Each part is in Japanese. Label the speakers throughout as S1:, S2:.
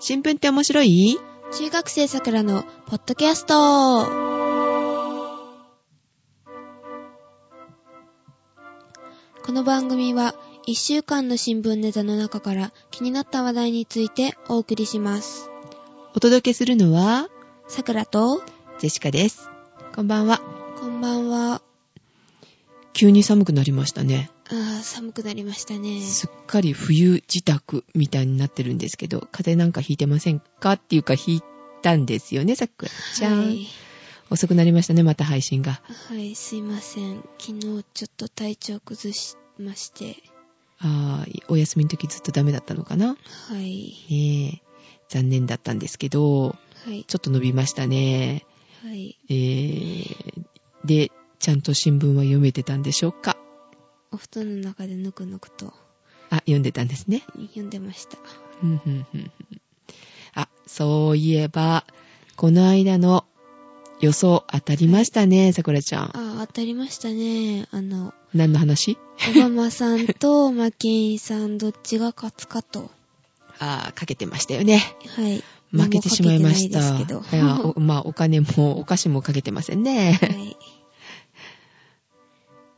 S1: 新聞って面白い
S2: 中学生さくらのポッドキャスト。この番組は1週間の新聞ネタの中から気になった話題についてお送りします。
S1: お届けするのは、
S2: さくらと、
S1: ジェシカです。こんばんは。
S2: こんばんは。
S1: 急に寒くなりましたね。
S2: あー寒くなりましたね。
S1: すっかり冬自宅みたいになってるんですけど、風邪なんかひいてませんかっていうか、ひいたんですよね、さくらちゃん、
S2: はい。
S1: 遅くなりましたね、また配信が。
S2: はい、すいません。昨日ちょっと体調崩しまして。
S1: あーお休みの時ずっとダメだったのかな。
S2: はい。
S1: ねえ残念だったんですけど、
S2: はい。
S1: ちょっと伸びましたね。
S2: はい。
S1: えー、で、ちゃんと新聞は読めてたんでしょうか
S2: お布団の中でぬくぬくと
S1: あ、読んでたんですね。
S2: 読んでました。
S1: うんうんうんうん あ、そういえば、この間の予想当たりましたね、さくらちゃん。
S2: あー、当たりましたね。あの、
S1: 何の話
S2: オバマさん とマッケインさんどっちが勝つかと。
S1: あーかけてましたよね。
S2: はい。
S1: 負けてしまいました。
S2: 何もかけてないですけ
S1: い
S2: ど。
S1: やおまあ、お金もお菓子もかけてませんね。
S2: はい。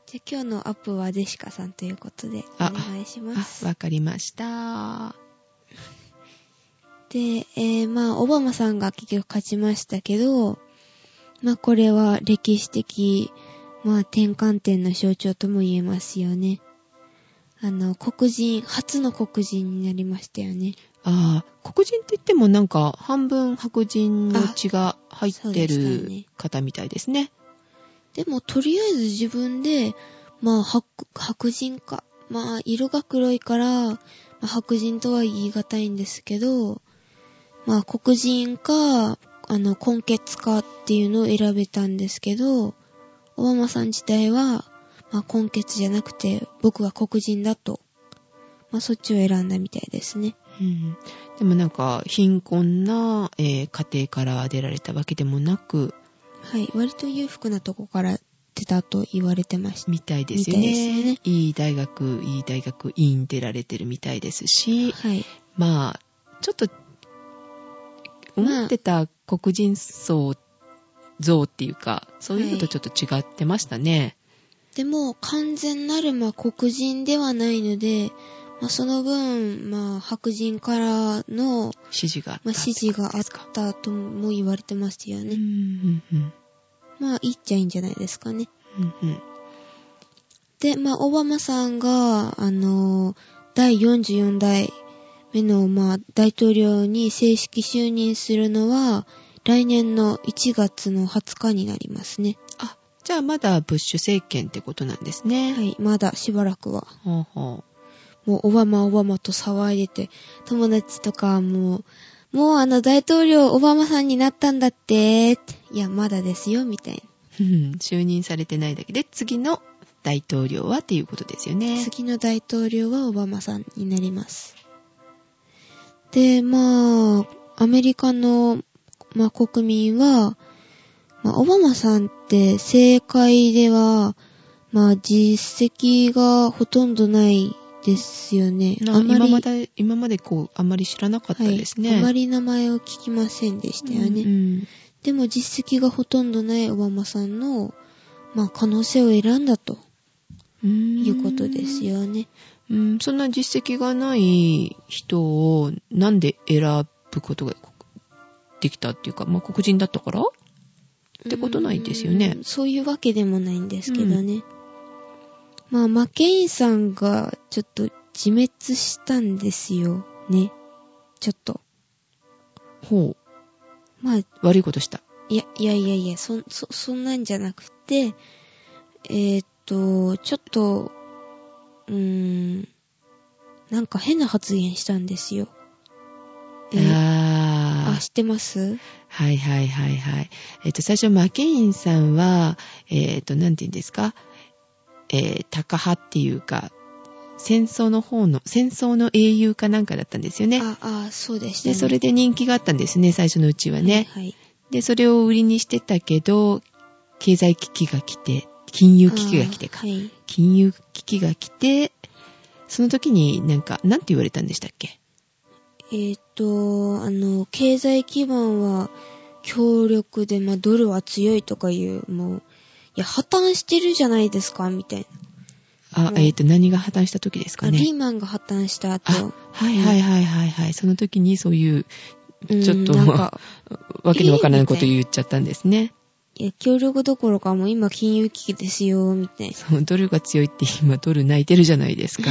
S2: じゃあ今日のアップはデシカさんということで、お
S1: あ
S2: 願いします
S1: あ、。わかりました。
S2: で、えーまあ、オバマさんが結局勝ちましたけど、まあ、これは歴史的、まあ、転換点の象徴とも言えますよね。あの、黒人、初の黒人になりましたよね。
S1: ああ、黒人って言ってもなんか半分白人の血が入っ
S2: そう
S1: て
S2: でした
S1: る
S2: ね
S1: 方みたいですね。
S2: でも、とりあえず自分で、まあ、白白人か。まあ、色が黒いから、まあ白人とは言い難いんですけど、まあ、黒人か、あの、根血かっていうのを選べたんですけど、オバマさん自体は、まあ、根血じゃなくて、僕は黒人だと。まあ、そっちを選んだみたいですね。
S1: うん、でもなんか貧困な、えー家庭から出られたわけでもなく、
S2: はい。割と裕福なとこから出たと言われてました。
S1: みたいですよ
S2: みたいですよ
S1: ね
S2: ね。
S1: いい大学、いい大学院に出られてるみたいですし、
S2: はい。
S1: まあ、ちょっと、思ってた黒人層、像っていうか、そういうのとちょっと違ってましたね。
S2: でも、完全なる、まあ、黒人ではないので、まあ、その分、まあ、白人からの、
S1: 指示があったっ
S2: まあ、
S1: てこと
S2: 指示があ
S1: で
S2: っ
S1: すか。
S2: たとも言われてますよ
S1: う
S2: ね。
S1: んうんうん
S2: まあ、いいっちゃいいんじゃないですかね。
S1: うんうん
S2: で、まあ、オバマさんが、あのー、第44代目の、まあ、大統領に正式就任するのは、来年の1月の20日になりますね。
S1: あ、じゃあまだブッシュ政権ってことなんですね。
S2: はい、まだしばらくは。
S1: ほう ほ。
S2: もうオバマオバマと騒いでて、友達とかもう、もうあの大統領オバマさんになったんだって、っていや、まだですよ、みたいう
S1: 就任されてないだけで、次の大統領はっていうことですよ
S2: な。
S1: ね。
S2: 次の大統領はオバマさんになります。で、まあ、アメリカの、まあ、国民は、まあ、オバマさんって政界では、まあ、実績がほとんどないですよね。
S1: な今まで、今までこう、あまり知らなかったですね。
S2: はい、あまり名前を聞きませんでしたよね。
S1: うんうん
S2: でも実績がほとんどないオバマさんの、まあ、可能性を選んだと
S1: うん
S2: いうことです。よね。
S1: うん、そんな実績がない人を、なんで選ぶことができたっていうか、まあ、黒人だったからってことないですよね
S2: うんそういうわけでもないんですけどね。まあ、マケインさんがちょっと自滅したんですよね。ちょっと。
S1: ほう。
S2: まあ、い
S1: 悪いことした。
S2: や、いやいやいや、そん、そ、そんなんじゃなくて、えーっと、ちょっと、うーん、なんか変な発言したんですよ。えー
S1: あ
S2: あ、知ってます
S1: はいはいはいはい。えっ、と、最初、マケインさんは、えっ、と、なんて言うんですか、えー、タカ派っていうか、戦争の方の、戦争の英雄かなんかだったんですよね。
S2: あ、あ、そうでした、ね。
S1: で、それで人気があったんですね、最初のうちはね。
S2: はい、はい。
S1: で、それを売りにしてたけど、経済危機が来て、金融危機が来て
S2: あ
S1: か
S2: は。い。
S1: 金融危機が来て、その時になんか、なんて言われたんでしたっけ
S2: えーっと、あの、経済基盤は強力で、まあ、ドルは強いとかいう、もう、いや、破綻してるじゃないですか、みたい
S1: あ、
S2: うん
S1: えっ、と、何が破綻した時ですか
S2: な。
S1: ね。
S2: リーマンが破綻した後、
S1: あ、はいはいはいはいはい。その時にそういう、
S2: うん
S1: ちょっと
S2: なんか、
S1: わけのわからないこと言っちゃったんですね。
S2: いや、協力どころかもう今金融危機ですよ、みたいな。
S1: そう、ドルが強いって今ドル泣いてるじゃないです か。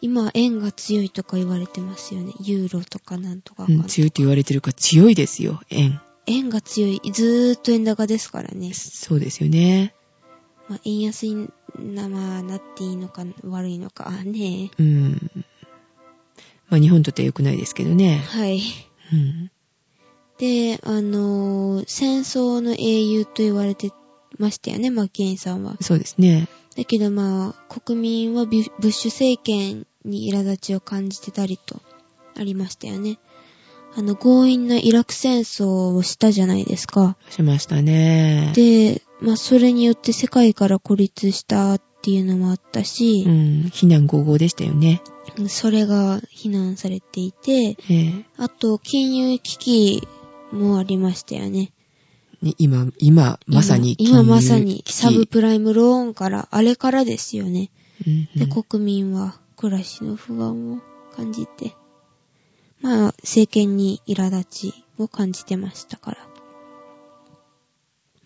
S2: 今、円が強いとか言われてますよね。ユーロとかなんとか
S1: う
S2: か、
S1: ん、強いと言われてるから強いですよ、円。
S2: 円が強い。ずーっと円高ですからね。
S1: そうですよね。
S2: まあ、円安にな、まあ、なっていいのか、悪いのか、ね
S1: うん。まあ日本にとっては良くないですけどね。
S2: はい。
S1: うん。
S2: で、あのー戦争の英雄と言われてましたよね、マッケインさんは。
S1: そうですね。
S2: だけどまあ、国民はビブッシュ政権に苛立ちを感じてたりと、ありましたよね。あの、強引なイラク戦争をしたじゃないですか。
S1: しましたね。
S2: で、まあ、それによって世界から孤立したっていうのもあったし
S1: う、ん。避難合合でしたよね。
S2: それが非難されていて、
S1: ええ
S2: あと、金融危機もありましたよね。
S1: ね今、今、まさに
S2: 今今まさ
S1: 金融
S2: に
S1: 危機
S2: サブプライムローンから、あれからですよね。
S1: うんう
S2: で、
S1: ん
S2: 国民は暮らしの不安を感じて、まあ、政権に苛立ちを感じてましたから。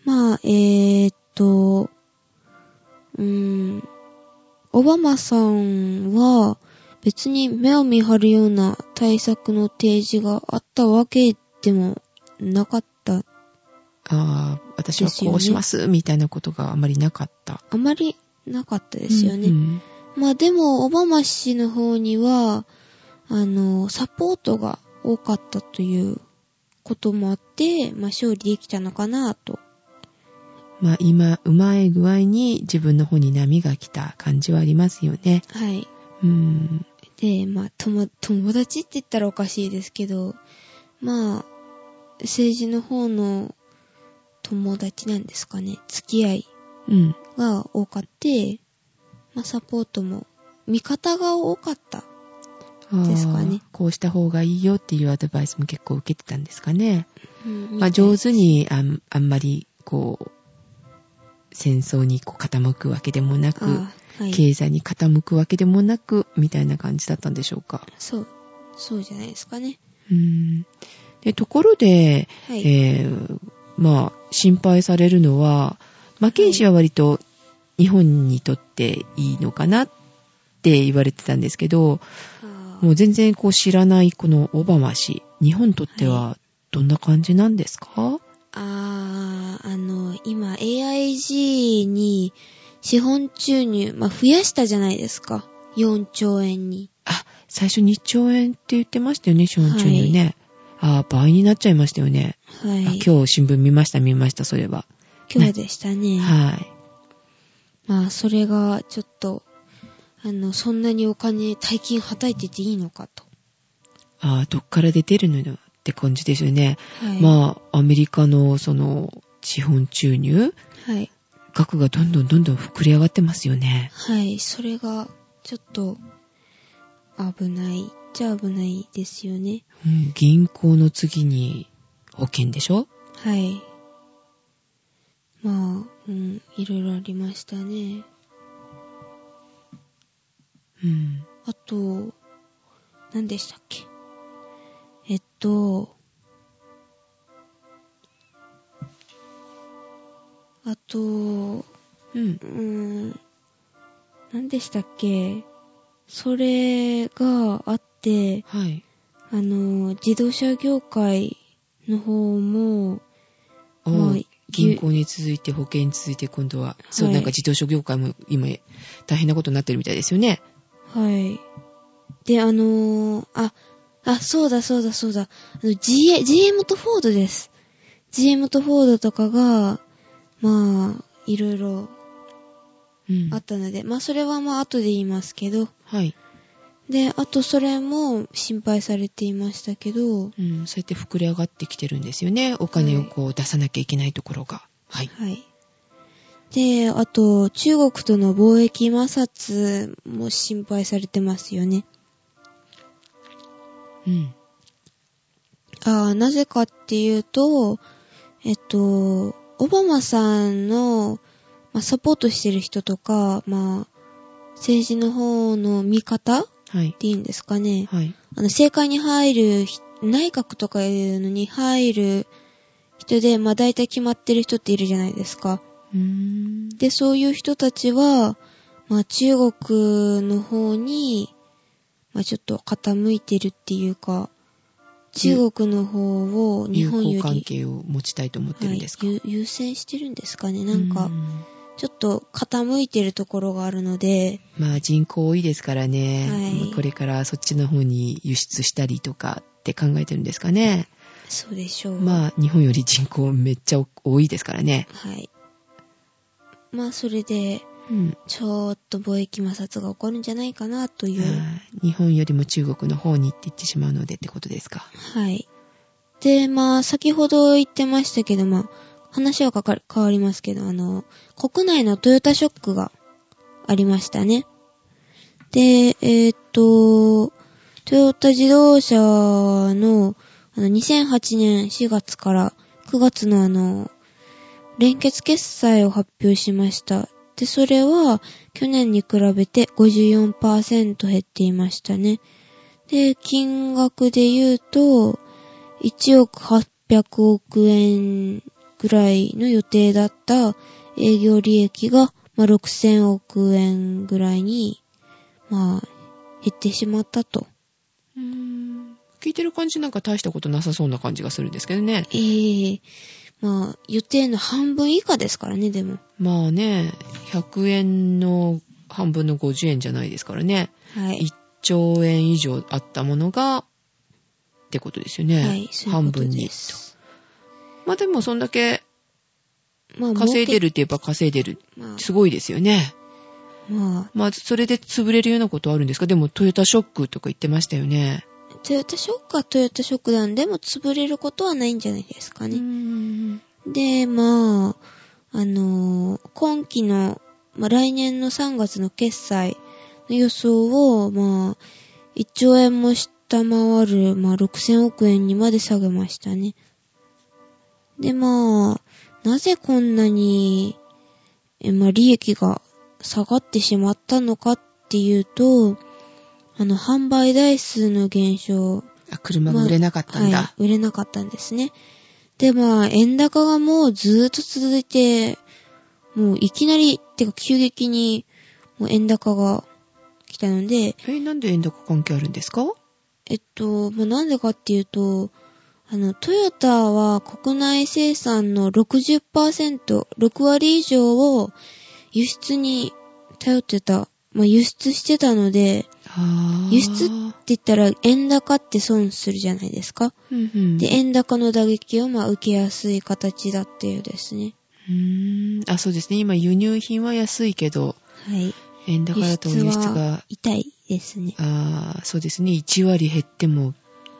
S2: まあ、えー、っと、うーん、オバマさんは別に目を見張るような対策の提示があったわけでもなかった。
S1: ああ、私はこうします、みたいなことがあまりなかった。
S2: あまりなかったですよね。
S1: うん
S2: まあでも、オバマ氏の方には、あの、サポートが多かったということもあって、まあ勝利できたのかなと。
S1: まあ今、うまい具合に自分の方に波が来た感じはありますよね。
S2: はい。
S1: うん。
S2: で、まあ、友、友達って言ったらおかしいですけど、まあ、政治の方の友達なんですかね。付き合い
S1: うん。
S2: が多かって、まあサポートも、味方が多かった。
S1: あー
S2: ですかね
S1: こうした方がいいよっていうアドバイスも結構受けてたんですかね。
S2: うん
S1: まあ上手にあんあんまり、こう、戦争にこう傾くわけでもなく、
S2: あーはい。
S1: 経済に傾くわけでもなく、みたいな感じだったんでしょうか。
S2: そう、そうじゃないですかね。
S1: うん。で、ところで、
S2: はい。
S1: えーまあ、心配されるのは、マケン氏は割と日本にとっていいのかなって言われてたんですけど、
S2: あー
S1: もう全然こう知らないこのオバマ氏、日本にとってはどんな感じなんですか、
S2: あーあの、今 AIG に資本注入、まあ、増やしたじゃないですか。4兆円に。
S1: あ、最初2兆円って言ってましたよね、資本注入ね。あー倍になっちゃいましたよね。
S2: はい。
S1: あ今日新聞見ました、見ました、それは。
S2: 今日でしたね。
S1: はい。
S2: まあ、それがちょっと、あの、そんなにお金、大金はたいてていいのかと。
S1: あーどっから出てるのよって感じですよね。
S2: はい。
S1: まあ、アメリカのその資本注入
S2: はい。
S1: 額がどんどんどんどん膨れ上がってますよね。
S2: はい。それが、ちょっと、危ない。じゃあ危ないですよね。
S1: うん、銀行の次に保険でしょ
S2: はい。まあ、うん、いろいろありましたね。
S1: うん。
S2: あと、何でしたっけえっと、あと、う
S1: うん。
S2: ーん、何でしたっけそれがあって、
S1: はい。
S2: あの、自動車業界の方も、
S1: あ
S2: まあ
S1: ー銀行に続いて保険に続いて今度は、そう
S2: はい
S1: なんか自動車業界も今大変なことになってるみたいですよね。
S2: はい。で、あのーあ、あ、そうだそうだそうだ。あの、GA、GM とフォードです。GM とフォードとかが、まあ、いろいろ
S1: うん
S2: あったので、まあ、それはまあ、後で言いますけど。
S1: はい。
S2: で、あと、それも心配されていましたけど、
S1: うん、そうやって膨れ上がってきてるんですよね。お金をこう出さなきゃいけないところが。はい。
S2: はい。で、あと、中国との貿易摩擦も心配されてますよね。
S1: うん。
S2: あーなぜかっていうと、えっと、オバマさんの、まあ、サポートしてる人とか、まあ、政治の方の見方っ
S1: はい。
S2: ていうんですかね。
S1: はい。
S2: あの、政界に入るひ、内閣とかいうのに入る人で、まあ大体決まってる人っているじゃないですか。
S1: うーん。
S2: で、そういう人たちは、まあ中国の方に、まあちょっと傾いてるっていうか、中国の方を日
S1: 友
S2: 本よ
S1: 好関
S2: り、
S1: 係を持ちたいと思ってるんですか、
S2: はい、優優先してるんですかね。なん
S1: う
S2: か、ちょっと傾いてるところがあるので、
S1: まあ人口多いですからね、
S2: はい
S1: まあこれからそっちの方に輸出したりとかって考えてるんですかね。
S2: そうでしょう。
S1: まあ日本より人口めっちゃ多いですからね。
S2: はい。まあそれで、
S1: うん。
S2: ちょっと貿易摩擦が起こるんじゃないかなという。
S1: あー日本よりも中国の方に行っていってしまうのでってことですか。
S2: はい。で、まあ、先ほど言ってましたけど、まあ、話はかか変わりますけど、あの、国内のトヨタショックがありましたね。で、えーっと、トヨタ自動車の、あの、2008年4月から9月のあの、連結決済を発表しました。で、それは、去年に比べて54%減っていましたね。で、金額で言うと、1億800億円ぐらいの予定だった営業利益が、まあ、6000億円ぐらいに、まあ、減ってしまったと。
S1: 聞いてる感じなんか大したことなさそうな感じがするんですけどね。
S2: ええまあ、予定の半分以下ですからね、でも。
S1: まあね、100円の半分の50円じゃないですからね。
S2: はい。
S1: 1兆円以上あったものが、ってことですよね。
S2: はい、そういう
S1: 半
S2: こと
S1: 分
S2: で
S1: に。
S2: す。
S1: まあでもそんだけ
S2: まあ、
S1: 稼いで
S2: る。
S1: るって言えば稼いでる。
S2: まあ、
S1: すごいですよね。
S2: ま
S1: まあそれで潰れるようなことあるんですかでもトヨタショックとか言ってましたよね。
S2: あ、トヨタショックはトヨタショックなんでも潰れることはないんじゃないですかね。
S1: ね
S2: で、まあ、あのー今期の、まあ、来年の3月の決済の予想を、まあ、1兆円も下回る、まあ、6000億円にまで下げましたね。で、まあ、なぜこんなに、えまあ、利益が下がってしまったのかっていうと、あの、販売台数の減少、
S1: あ、車が売れなかったんだ。
S2: はい、売れなかったんですね。で、まあ、円高がもうずーっと続いて、もういきなり、てか急激に、もう円高が来たので、
S1: え、なんで円高関係あるんですか
S2: えっと、まあ、なんでかっていうと、あの、トヨタは国内生産の60%、6割以上を輸出に頼ってた、まあ、輸出してたので、
S1: あー
S2: 輸出って言ったら円高って損するじゃないですか。
S1: うんうん。
S2: で、円高の打撃をまあ受けやすい形だっていうですね。
S1: うーんあ、そうですね。今、輸入品は安いけど、
S2: はい。
S1: 円高だと輸出が、
S2: 痛いですね。
S1: あーそうですね。1割減っても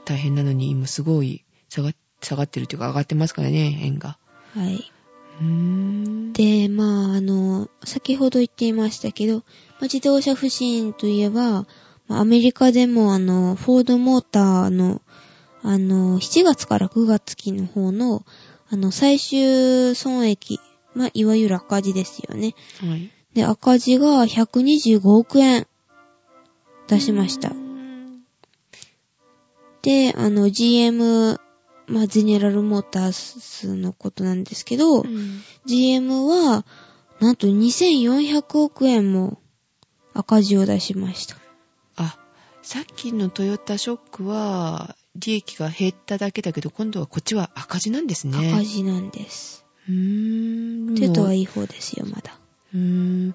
S1: 大変なのに、今すごい下が下がってるというか、上がってますからね、円が。
S2: はい。
S1: うーん。
S2: で、まあ、あの、先ほど言っていましたけど、まあ自動車不振といえば、まあアメリカでもあの、フォードモーターの、あの、7月から9月期の方の、あの、最終損益、まあ、いわゆる赤字ですよね。
S1: はい。
S2: で、赤字が125億円出しました
S1: うー。ん
S2: で、あの、GM、まあ、ゼネラルモーターズのことなんですけど、GM は、なんと2400億円も赤字を出しました。
S1: あ、さっきのトヨタショックは、利益が減っただけだけど、今度はこっちは赤字なんですね。
S2: 赤字なんです。
S1: うーん。
S2: テト
S1: もう
S2: はいい方ですよ、まだ。
S1: うーん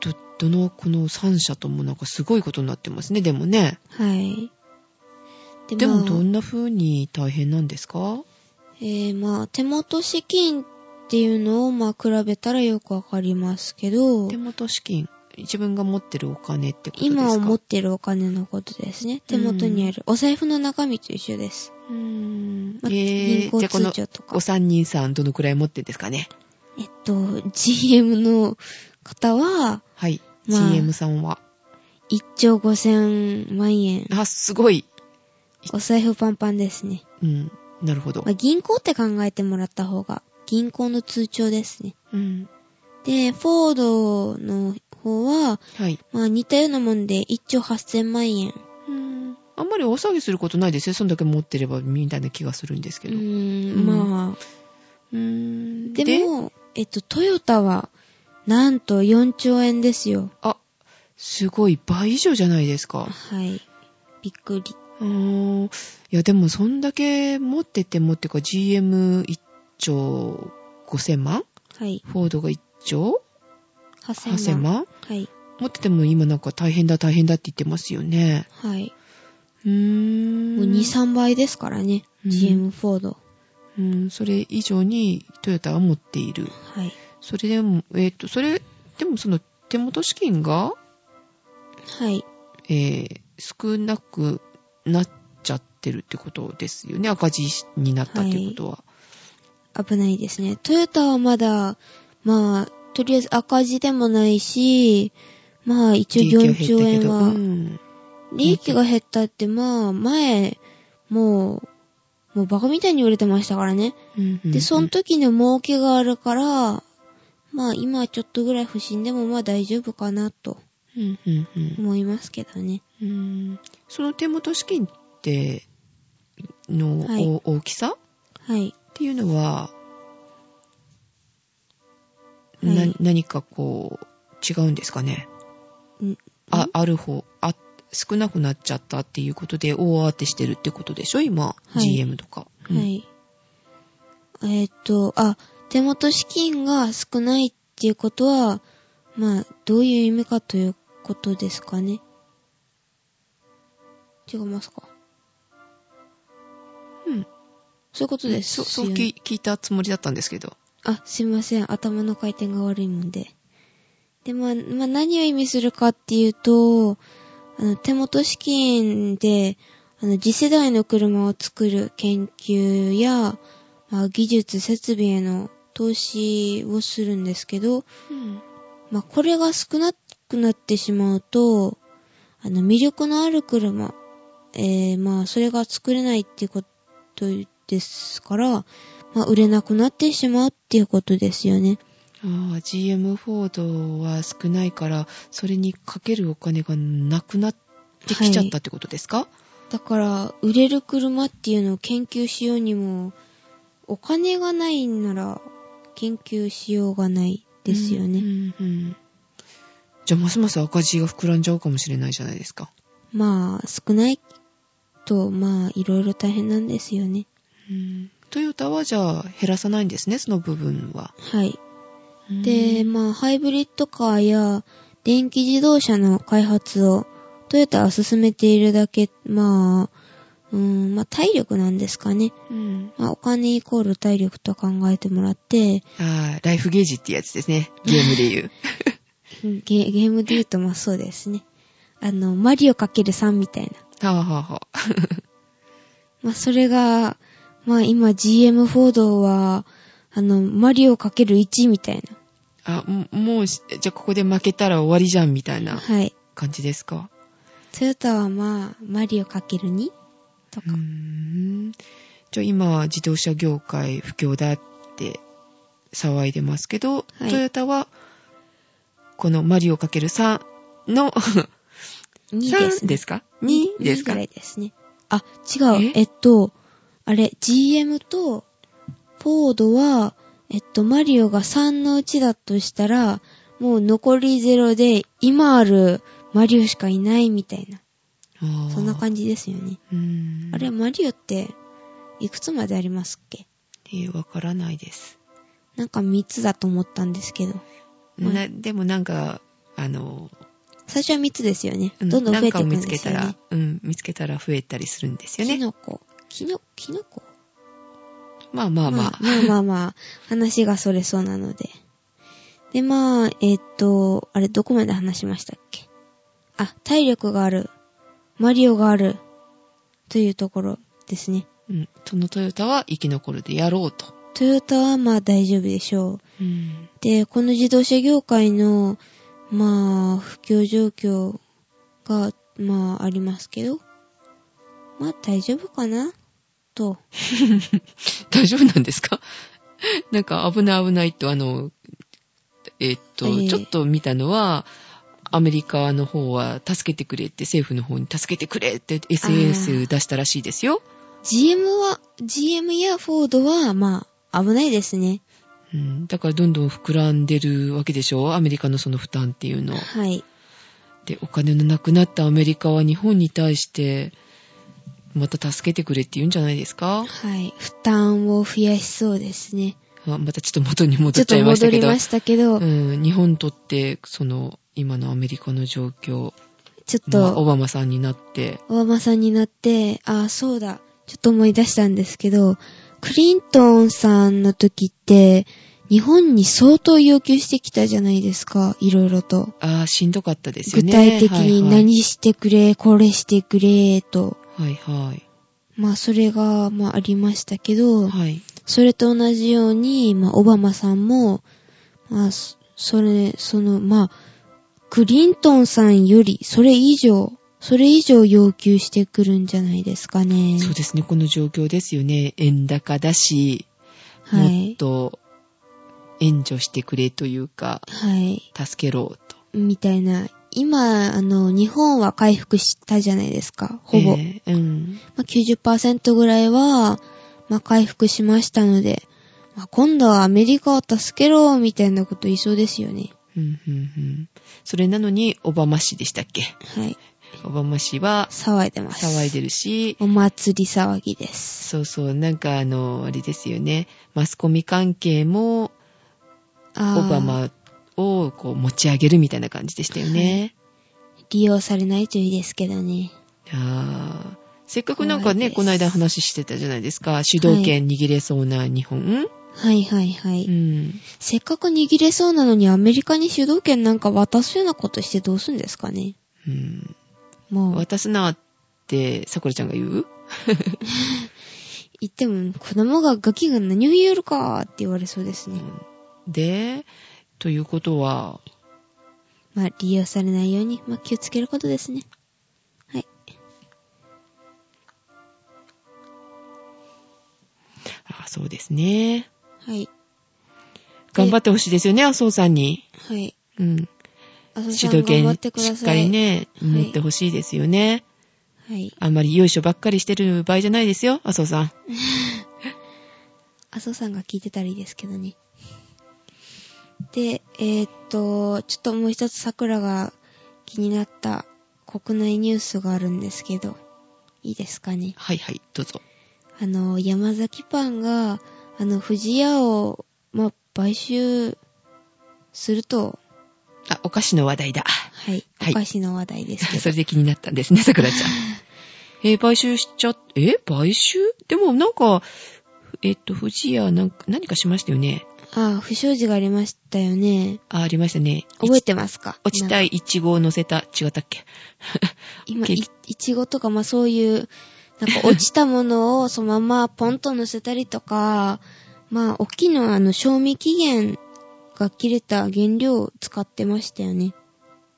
S1: ど、どの、この3社ともなんかすごいことになってますね、でもね。
S2: はい。で
S1: でも
S2: まあ
S1: どんな風に大変なんですか
S2: えー、まあ、手元資金っていうのを、まあ、比べたらよくわかりますけど
S1: 手、元資金、自分が持ってるお金ってことですか
S2: 今持ってるお金のことですね。手元にある。お財布の中身と一緒です。
S1: うーん。
S2: まあ
S1: え
S2: 銀
S1: ー、じ
S2: 行
S1: ゃあこの
S2: 通、帳とか
S1: お。三人さんどのくらい持ってるんですかね
S2: えっと、GM の方は、
S1: はい。
S2: まあ
S1: CM さんは。
S2: 1兆5000万円。
S1: あ、すごい。
S2: お財布パンパンですね。
S1: うん。なるほど
S2: まあ、。銀行って考えてもらった方が、銀行の通帳ですね。
S1: うん。
S2: で、フォードの方は、
S1: はい。
S2: まあ似たようなもんで1兆8000万円。
S1: うん。あんまり大騒ぎすることないですよ。そんだけ持ってれば、みたいな気がするんですけ
S2: う
S1: ど。
S2: ー
S1: うん
S2: ん、まあ。
S1: うん
S2: で、も、えっと、トヨタは、なんと4兆円ですよ。
S1: あ、すごい、倍以上じゃないですか。
S2: はい。びっくり。
S1: うーんいやでもそんだけ持っててもっていうか GM1 兆5000万
S2: はい。
S1: フォードが1兆
S2: 8000万。
S1: 8000万
S2: はい。
S1: 持ってても今なんか大変だ大変だって言ってますよね。
S2: はい。
S1: うーん。
S2: もう2、3倍ですからね。
S1: うん
S2: GM フォード。
S1: うん、それ以上にトヨタは持っている。
S2: はい。
S1: それでも、えっ、と、それ、でもその手元資金が、
S2: はい。
S1: えー少なくなっちゃってるってことですよね。赤字になったっていうことは。
S2: 危ないですね。トヨタはまだ、まあ、とりあえず赤字でもないし、まあ一応4兆円は、
S1: うん
S2: 利益が減ったってまあ前、もう、もうバカみたいに売れてましたからね。で、その時の儲けがあるから、まあ今はちょっとぐらい不振でもまあ大丈夫かなと
S1: うんうんうん
S2: 思いますけどね。
S1: うんその手元資金っての、
S2: はい
S1: お大きさ
S2: はい。
S1: っていうのは、
S2: い
S1: な何かこう違うんですかね
S2: ん
S1: あある方あ少なくなっちゃったっていうことで大慌てしてるってことでしょ今、
S2: はい
S1: GM とか。うん
S2: はい。えーっと、あ、手元資金が少ないっていうことは、まあ、どういう意味かということですかね。違いますか
S1: うん
S2: そういうことです
S1: そ
S2: よね。
S1: そう聞聞いたつもりだったんですけど。
S2: あ、すいません。頭の回転が悪いもんで。で、まあ、まあ、何を意味するかっていうと、あの、手元資金で、あの、次世代の車を作る研究や、まあ、技術、設備への投資をするんですけど、まあ、これが少なくなってしまうと、あの、魅力のある車、えー、まあ、それが作れないっていうことですから、まあ、売れなくなってしまうっていうことですよね。
S1: ああ、GM フォードは少ないから、それにかけるお金がなくなってきちゃったってことですか、
S2: だから、売れる車っていうのを研究しようにも、お金がないんなら、研究しようがないですよね。
S1: うんうんじゃあ、ますます赤字が膨らんじゃうかもしれないじゃないですか。
S2: まあ、少ないと、まあ、いろいろ大変なんですよね。
S1: トヨタはじゃあ減らさないんですね、その部分は。
S2: はい。で、まあ、ハイブリッドカーや電気自動車の開発をトヨタは進めているだけ、まあ、うーん、まあ、体力なんですかね。
S1: うん、
S2: まあ、お金イコール体力と考えてもらって、
S1: ああ、ライフゲージってやつですね、ゲームで言う。
S2: ゲゲームで言うとまあそうですね。あの、マリオ ×3 みたいな。
S1: はあはあはあ。
S2: まあ、それが、まあ、今 GM フォードは、あの、マリオ ×1 みたい
S1: あ、もうもうし、じゃあここで負けたら終わりじゃんみたい
S2: な。
S1: な
S2: はい。
S1: 感じですか。
S2: トヨタはまあ、マリオ ×2 とか
S1: うー。んじゃあ今自動車業界不況だって騒いでますけど、
S2: はい
S1: トヨタはこのマリオ ×3 の
S2: 2です
S1: 3
S2: ね。
S1: ですか
S2: に
S1: ?2 ですか
S2: ぐらいですね。あ、違う。
S1: え
S2: えっと、あれ、GM とフォードは、えっと、マリオが3のうちだとしたら、もう残り0で、今あるマリオしかいないみたいな。そんな
S1: じ。
S2: 感じですよね。
S1: うーん
S2: あれ、マリオって、いくつまでありますっけ
S1: えーわからないです。
S2: なんか3つだと思ったんですけど。うん
S1: なでもなんか、あの、
S2: 最初は3つですよね。
S1: うん
S2: どんどん増えていく
S1: な
S2: んで
S1: んかを見つけ
S2: す
S1: た
S2: よ
S1: ら
S2: ね。、
S1: うん、見つけたら増えたりするんですよ
S2: キ
S1: ね。
S2: ノコ。キノ、キノコ
S1: まあまあまあ。
S2: まあまあまあ、話がそれそうなので。で、まあ、えっと、あれ、どこまで話しましたっけあ、体力がある。マリオがある。というところですね。
S1: うん、そのトヨタは生き残るでやろうと。
S2: トヨタはまあ大丈夫でしょう。
S1: うん
S2: で、この自動車業界の、まあ、不況状況が、まあ、ありますけど、まあ大丈夫かなと。
S1: 大丈夫なんですか なんか危ない危ないと、あの、えっと、
S2: ええ
S1: ちょっと見たのは、アメリカの方は助けてくれって、政府の方に助けてくれって SNS 出したらしいですよ。
S2: GM は、GM やフォードは、まあ、危ないですね。
S1: うん、だからどんどん膨らんでるわけでしょアメリカのその負担っていうの。
S2: はい。
S1: で、お金のなくなったアメリカは日本に対して、また助けてくれって言うんじゃないですか
S2: はい。負担を増やしそうですね。
S1: あまたちょっと元に
S2: ち
S1: 戻
S2: ょ
S1: っ
S2: っ
S1: ちゃ
S2: と
S1: いました
S2: 戻
S1: け
S2: り
S1: ど。
S2: ましたけど、
S1: うん、日本にとって、その、今のアメリカの状況、
S2: ちょっ
S1: まあオ
S2: と、
S1: バマさんになって、
S2: オバマさんになって、あ、そうだ。ちょっと思い出したんですけど、クリントンさんの時って、日本に相当要求してきたじゃないですか、いろいろと。
S1: ああ、しんどかったですよ
S2: 具
S1: ね。
S2: 体的に
S1: はい
S2: 何してくれ、これしてくれ、と。
S1: はい、はい
S2: まあ、それが、まあ、ありましたけど、
S1: はい。はい。
S2: それと同じように、まあ、オバマさんも、まあ、そそれ、その、まあ、クリントンさんより、それ以上、それ以上要求してくるんじゃないですかね。
S1: そうですね、この状況ですよね。円高だし、
S2: は
S1: もっ
S2: い。
S1: と援助してくれというか、
S2: はい。
S1: 助けろと。
S2: みたいな。今、あの、日本は回復したじゃないですか、ほぼ。
S1: ええうん。
S2: まあ、90%ぐらいは、まあ、回復しましたので、まあ、今度はアメリカを助けろ、みたいなこと言いそうですよね。
S1: うん、うん、うん。それなのに、オバマ氏でしたっけ
S2: はい。
S1: オバマ氏は
S2: 騒いでます。
S1: 騒いでるし、
S2: お祭り騒ぎです。
S1: そうそう、なんかあの、あれですよね、マスコミ関係も、
S2: あー
S1: オバマをこう持ち上げるみたいな感じでしたよね。
S2: 利用されないといいですけどね。
S1: あーせっかくなんか
S2: 怖い
S1: ね、
S2: です
S1: この間話してたじゃないですか。主導権握れそうな日本。
S2: はいはいはい。
S1: うん。
S2: せっかく握れそうなのにアメリカに主導権なんか渡すようなことしてどうすんですかね。
S1: うん。
S2: もう、
S1: 渡すなって、さくらちゃんが言う
S2: 言っても子供がガキが何を言えるかって言われそうですね。
S1: で、ということは、
S2: まあ利用されないように、まあ気をつけることですね。はい。
S1: あそうですね。
S2: はい。
S1: 頑張ってほしいですよね、麻生さんに。
S2: はい。
S1: うん。
S2: あ
S1: 主
S2: そさ
S1: 導
S2: ん頑張
S1: 権
S2: ってくだ
S1: し
S2: さ
S1: っ
S2: い。
S1: かり。ね、
S2: はい
S1: 持ってほしいですよね。
S2: はい。
S1: あんまり優勝ばっかりしてる場合じゃないですよ、麻生さん。
S2: 麻生さんが聞いてたらいいですけどね。で、えーっと、ちょっともう一つ桜が気になった国内ニュースがあるんですけど、いいですかね。
S1: はいはい、どうぞ。
S2: あの、山崎パンが、あの、藤屋を、まあ、買収すると、
S1: あ、お菓子の話題 だ。
S2: はい、
S1: はい
S2: お菓子の話題ですけど。
S1: それで気になったん ですね、桜ちゃん。えー買収しちゃ、え買収でもなんか、えっと、藤屋なんか、何かしましたよね。
S2: ああ、不祥事がありましたよね。
S1: あ、ありましたね。
S2: 覚え
S1: いち
S2: てますか
S1: 落ちた
S2: い。
S1: いイチゴを乗せた、違ったっけ
S2: 今、
S1: け
S2: いいちごとか、まあ、そういう、なんか落ちたものをそのままポンと乗せたりとか、まあ、大きなあの、賞味期限が切れた原料を使ってましたよね。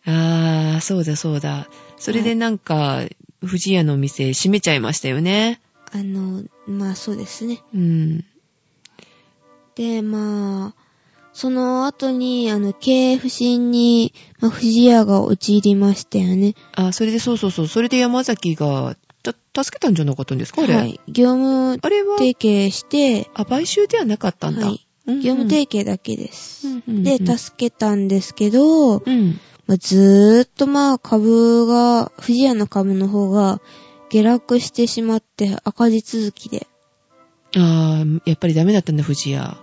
S1: あー、そうだそうだ。それでなんか、藤屋のお店閉めちゃいましたよね。
S2: あの、まあ、そうですね。
S1: うん。
S2: で、まあ、その後に、あの、経営不振に、まあ、藤屋が陥りましたよね。
S1: あ、それでそうそうそう。それで山崎が、た、助けたんじゃなかったんですかあれ。
S2: はい。業務
S1: あれは、
S2: 提携して、
S1: あ、買収ではなかったんだ。
S2: はい
S1: うんうん
S2: 業務提携だけです。
S1: うんうんうん
S2: で、助けたんですけ
S1: う
S2: ど、
S1: ん。
S2: まあ、ずーっとまあ株が、富士屋の株の方が下落してしまって赤字続きで。
S1: ああ、やっぱりダメだったんだ、藤屋。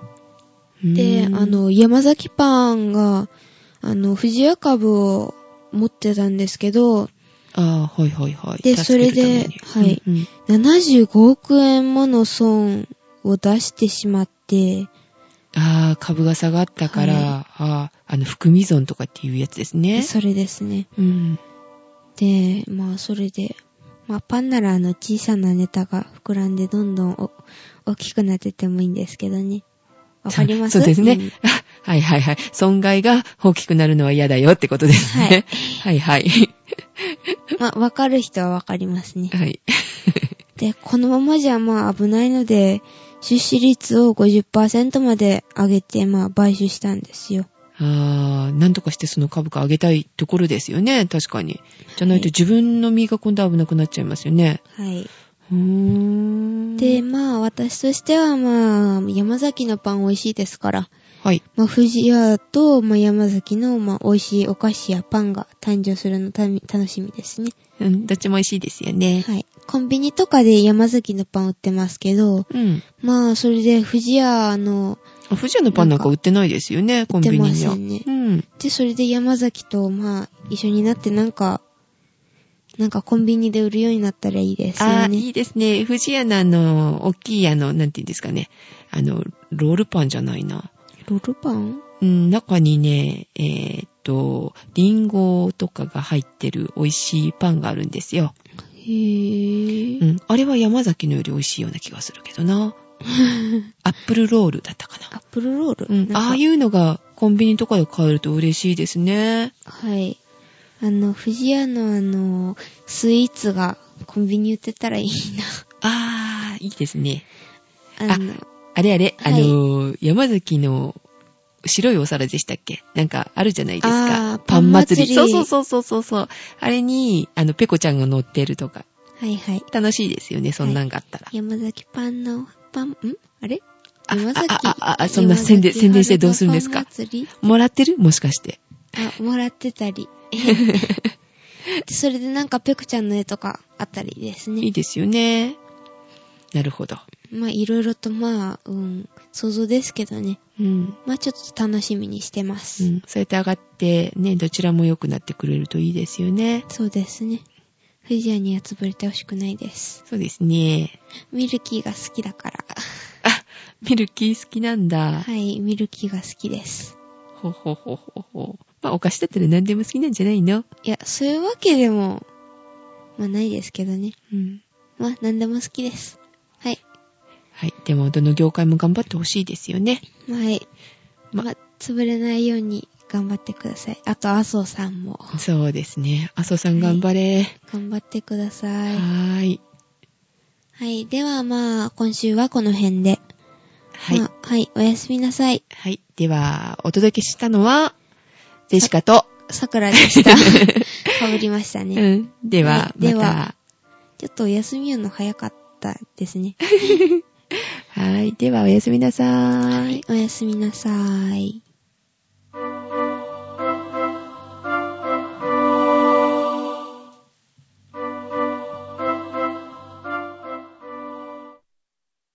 S2: で、
S1: う
S2: あ
S1: ーん、
S2: の、山崎パンが、あの、富士屋株を持ってたんですけど、
S1: ああ、はいはいはい。
S2: で
S1: 助ける
S2: それで
S1: ために
S2: はい
S1: うんうん
S2: 75億円もの損を出してしまって、
S1: ああ、株が下がったから、
S2: はい
S1: ああ、あの、含み損とかっていうやつですね。
S2: それですね。
S1: うん。
S2: で、まあそれで、まあパンならあの小さなネタが膨らんでどんどんお大きくなってってもいいんですけどね。わかります
S1: そうですね
S2: ん。
S1: はいはいはい。損害が大きくなるのは嫌だよってことです ね。はい、はいはい。
S2: まあ、わかる人はわかりますね。
S1: はい。
S2: で、このままじゃまあ危ないので、出資率を50%まで上げて、まあ買収したんですよ。
S1: ああ、なんとかしてその株価上げたいところですよね、確かに。じゃないと自分の身が今度危なくなっちゃいますよね。
S2: はい。
S1: うーん。
S2: で、、まあ私としてはまあ、山崎のパン美味しいですから、
S1: はい。
S2: まあ富士屋と、まあ、山崎のまあ美味しいお菓子やパンが誕生するのたみ楽しみですね。
S1: うん、どっちも美味しいですよね。
S2: はい。コンビニとかで山崎のパン売ってますけど、
S1: うん。
S2: まあそれで富士屋の、
S1: あ、富士屋のパンなんか売ってないですよね、コンビニには。
S2: 売ってませ
S1: うん。
S2: で、それで山崎と、まあ、一緒になってなんか、なんかコンビニで売るようになったらいいです
S1: あ
S2: よ
S1: ー
S2: ね。
S1: いいですね。富士屋のあの、大きいあの、なんていうんですかね。あの、ロールパンじゃないな。
S2: ロールパン
S1: うん、中にね、えーっと、リンゴとかが入ってる美味しいパンがあるんですよ。
S2: へぇ
S1: う
S2: ー。
S1: ん、あれは山崎のより美味しいような気がするけど な。アップルロールだったか
S2: ア
S1: な。
S2: ップルロール、。
S1: うん、ああいううのがコンビニとかで買えると嬉しいですね。
S2: はい。あの、藤屋のあの、スイーツがコンビニ売ってたらいい
S1: ああ、いいですね。
S2: な。あの、
S1: あれあれ、
S2: はい
S1: あのー、山崎の白いお皿でしたっけなんかあるじゃないです
S2: あー
S1: か。パン祭り。そ
S2: パン
S1: うそう
S2: 祭り
S1: そうそうそうそう。あれに、あの、ペコちゃんが乗ってるとか。
S2: はいはい。
S1: 楽しいですよね、そんなんがあったら。
S2: 山崎パンの、パン、んあれ
S1: あ
S2: 山崎。
S1: ああああそんな宣伝
S2: 山崎
S1: 宣伝してどうするんですか
S2: パン祭り
S1: もらってるもしかして。
S2: あ、もらってた り。それでなんかペクちゃんの絵とかあったりですね。
S1: いいですよね。なるほど。
S2: まあいろいろとまあ、うん、想像ですけどね。
S1: うん。
S2: まあちょっと楽しみにしてま
S1: う
S2: す。
S1: ん、そうやって上がって、ね、どちらも良くなってくれるといいですよね。
S2: そうですね。フジアには潰れてほしくないです。
S1: そうですね。
S2: ミルキーが好きだから。
S1: あ、ミルキー好きなんだ。
S2: はい、ミルキーが好きです。
S1: ほうほうほうほうほう。まあ、お菓子だったら何でも好きなんじゃないの
S2: いや、そういうわけでも、まあないですけどね。
S1: うん。
S2: まあ何でも好きです。はい。
S1: はい。でも、どの業界も頑張ってほしいですよね。
S2: まあはい。
S1: ま
S2: まあ、潰れないように頑張ってください。あと、麻生さんも。
S1: そうですね。麻生さん頑張れ。
S2: 頑張ってくだ
S1: は
S2: さい。
S1: ーい。
S2: はい。では、まあ、今週はこの辺で。
S1: はい
S2: ま。あはい。おやすみなさい。
S1: はい。では、お届けしたのは、ジェシカと、
S2: さくら でした。かぶりましたね。
S1: うん。では、
S2: はいでは
S1: ま
S2: ちょっとお休みの早かったですね。
S1: た。はい。では、おやすみなさーい。
S2: おやすみなさい。